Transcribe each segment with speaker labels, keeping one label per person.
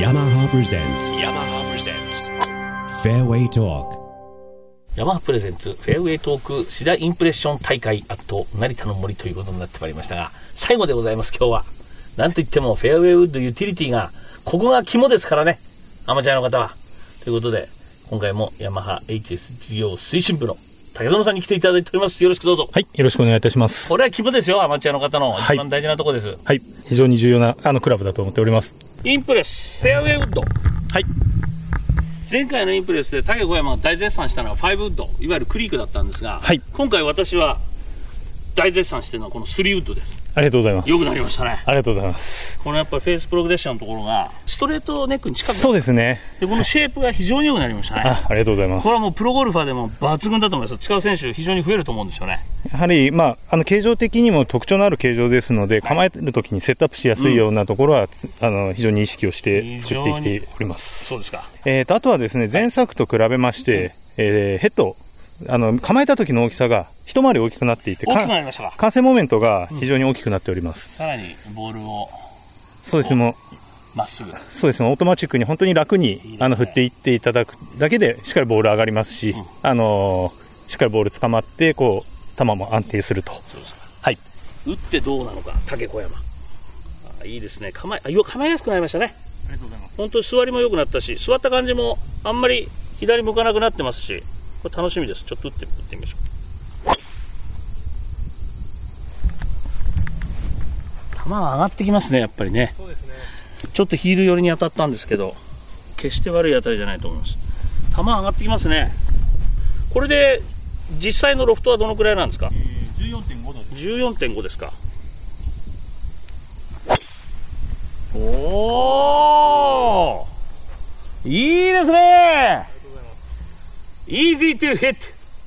Speaker 1: yamaha presents yamaha presents fairway talk
Speaker 2: ヤマハプレゼンツフェアウェイトークシダインプレッション大会アクト成田の森ということになってまいりましたが、最後でございます、今日は。なんといってもフェアウェイウッドユーティリティが、ここが肝ですからね、アマチュアの方は。ということで、今回もヤマハ HS 事業推進部の竹園さんに来ていただいております。よろしくどうぞ。
Speaker 3: はい、よろしくお願いいたします。
Speaker 2: これは肝ですよ、アマチュアの方の
Speaker 3: は
Speaker 2: 一
Speaker 3: い
Speaker 2: 番大事なとこです。
Speaker 3: はい、非常に重要なあのクラブだと思っております。
Speaker 2: インプレス、フェアウェイウッド。
Speaker 3: はい、
Speaker 2: 前回のインプレスで竹小山が大絶賛したのはファイブウッドいわゆるクリークだったんですが、
Speaker 3: はい
Speaker 2: 今回私は大絶賛してるのはこのスリーウッドです
Speaker 3: ありがとうございます。
Speaker 2: よくなりましたね
Speaker 3: ありがとうございます。
Speaker 2: このやっぱりフェースプログレッションのところがストレートネックに近く
Speaker 3: そうですね。
Speaker 2: でこのシェイプが非常に良くなりましたね
Speaker 3: あ、ありがとうございま
Speaker 2: こ
Speaker 3: す。
Speaker 2: れはもうプロゴルファーでも抜群だと思います使う選手非常に増えると思うんですよね
Speaker 3: やはりまああの形状的にも特徴のある形状ですので、構えるときにセットアップしやすいようなところは、つあの非常に意識をして作ってきております。
Speaker 2: そうですか
Speaker 3: えー、とあとはですね、前作と比べまして、えーヘッドあの構えた時の大きさが一回り大きくなっていて、
Speaker 2: 大きくな
Speaker 3: か
Speaker 2: りましたか
Speaker 3: 完成モーメントが非常に大きくなっております。
Speaker 2: さらにボールを
Speaker 3: そうですね。もう
Speaker 2: まっすぐ
Speaker 3: そうですね、オートマチックに本当に楽に
Speaker 2: ね
Speaker 3: あの振っていっていただくだけで、しっかりボール上がりますし、あのーしっかりボール捕まって、こう、球も安定すると。
Speaker 2: そうですか。
Speaker 3: はい。
Speaker 2: 打ってどうなのか、竹小山。あいいですね。構え、あ、よ構えやすくなりましたね。ありがとうございます。本当に座りも良くなったし、座った感じもあんまり左向かなくなってますし、これ楽しみです。ちょっと打って、打ってみましょう。球が上がってきますね、やっぱりね。そうですね。ちょっとヒール寄りに当たったんですけど、決して悪い当たりじゃないと思います。球上がってきますね。これで実際のロフトはどのくらいなんですか14.5ですかおおいいですねイージートゥヘッ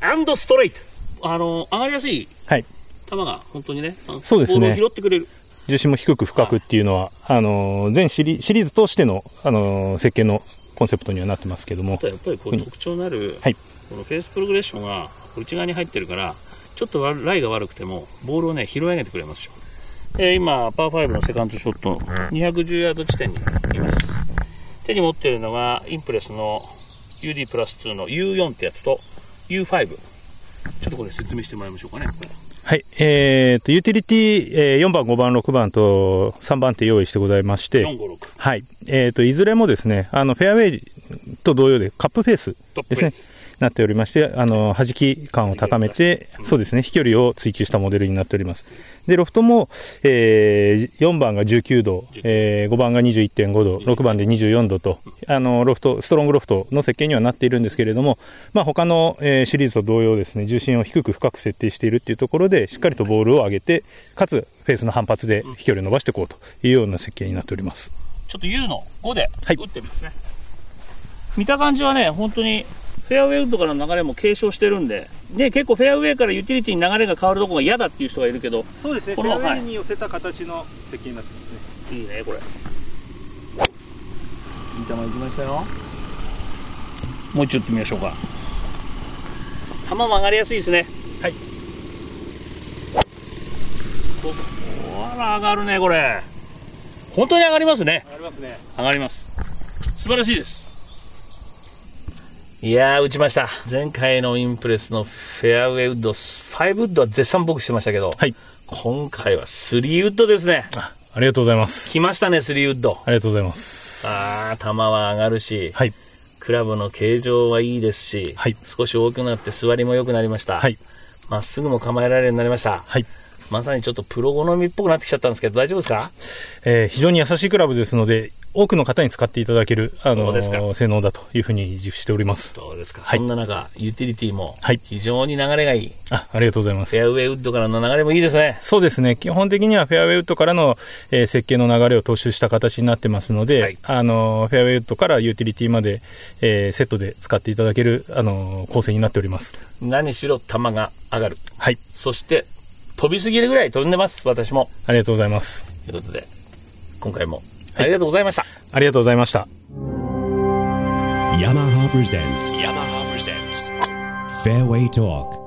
Speaker 2: ドアンドストレートあの上がりやすい
Speaker 3: はい
Speaker 2: 球が本当にねあの
Speaker 3: そうですね
Speaker 2: ボールを拾ってくれる
Speaker 3: 重心も低く深くっていうのは、あのー全シリシリーズ通しての、あのー設計のコンセプトにはなってますけども
Speaker 2: あと、はやっぱりこう
Speaker 3: うん
Speaker 2: 特徴のある、
Speaker 3: はい
Speaker 2: このフェースプログレッションが内側に入ってるからちょっとわライが悪くてもボールをね拾い上げてくれますよ、えー今パー5のセカンドショット210ヤード地点にいます手に持っているのがインプレスの UD プラス2の U4 ってやつと U5 ちょっとこれ説明してもらいましょうかね
Speaker 3: はい、えーと、ユーティリティ、え4番、5番、6番と3番手用意してございまして、
Speaker 2: 456
Speaker 3: はい、えーと、いずれもですね、あの、フェアウェイと同様でカップフェース
Speaker 2: トップ
Speaker 3: で
Speaker 2: フ
Speaker 3: す
Speaker 2: ェー
Speaker 3: ね
Speaker 2: ス、
Speaker 3: なっておりまして、あの、弾き感を高めて、そうですね、飛距離を追求したモデルになっております。で、ロフトも、えー4番が19度、えー5番が21.5度、6番で24度と、あの、ロフト、ストロングロフトの設計にはなっているんですけれども、まあ、他の、えーシリーズと同様ですね、重心を低く深く設定しているっていうところで、しっかりとボールを上げて、かつ、フェースの反発で飛距離を伸ばしていこうというような設計になっております。
Speaker 2: ちょっと U の5で
Speaker 3: はい
Speaker 2: 打ってみますね、見た感じはね、本当にフェアウェイウッドからの流れも継承してるんで、ね、結構フェアウェイからユーティリティに流れが変わるとこが嫌だっていう人がいるけど、
Speaker 3: そうですね
Speaker 2: このフェアウェイはい
Speaker 3: に寄せた形の設計になってますね。
Speaker 2: いいね、これ。いい球いきましたよ。もう一度打ってみましょうか。球も上がりやすいですね。はい。おら、上がるね、これ。本当に上がりますね。
Speaker 3: ありますね。
Speaker 2: 上がります素晴らしいですいやー打ちました前回のインプレスのフェアウェイウッド5ウッドは絶賛僕してましたけど、
Speaker 3: はい
Speaker 2: 今回は3ウッドですね
Speaker 3: ありがとうございます。
Speaker 2: 来ましたね3ウッド
Speaker 3: ありがとうございます。
Speaker 2: あー球は上がるし、
Speaker 3: はい
Speaker 2: クラブの形状はいいですし、
Speaker 3: はい
Speaker 2: 少し大きくなって座りも良くなりました、
Speaker 3: はい
Speaker 2: まっすぐも構えられるようになりました、
Speaker 3: はい
Speaker 2: まさにちょっとプロ好みっぽくなってきちゃったんですけど大丈夫ですか
Speaker 3: えー非常に優しいクラブですので、多くの方に使っていただける、
Speaker 2: そ
Speaker 3: あ
Speaker 2: う
Speaker 3: の
Speaker 2: ですか
Speaker 3: ー性能だというふうに自負しております。
Speaker 2: どうですか、
Speaker 3: はい
Speaker 2: そんな中ユーティリティも
Speaker 3: はい
Speaker 2: 非常に流れがいい
Speaker 3: あ、ありがとうございま
Speaker 2: フ
Speaker 3: す。
Speaker 2: ェアウェイウッドからの流れもいいですね。
Speaker 3: そうですね。基本的にはフェアウェイウッドからの、えー設計の流れを踏襲した形になってますので、
Speaker 2: はい
Speaker 3: あのーフェアウェイウッドからユーティリティまで、えーセットで使っていただける、あのー構成になっております。
Speaker 2: 何しろ球が上がる。
Speaker 3: はい。
Speaker 2: そして、飛びすぎるぐらい飛んでます、私も。
Speaker 3: ありがとうございます。
Speaker 2: ということで、今回もありがとうございました。
Speaker 3: ありがとうございました。
Speaker 1: yamaha presents yamaha presents fairway talk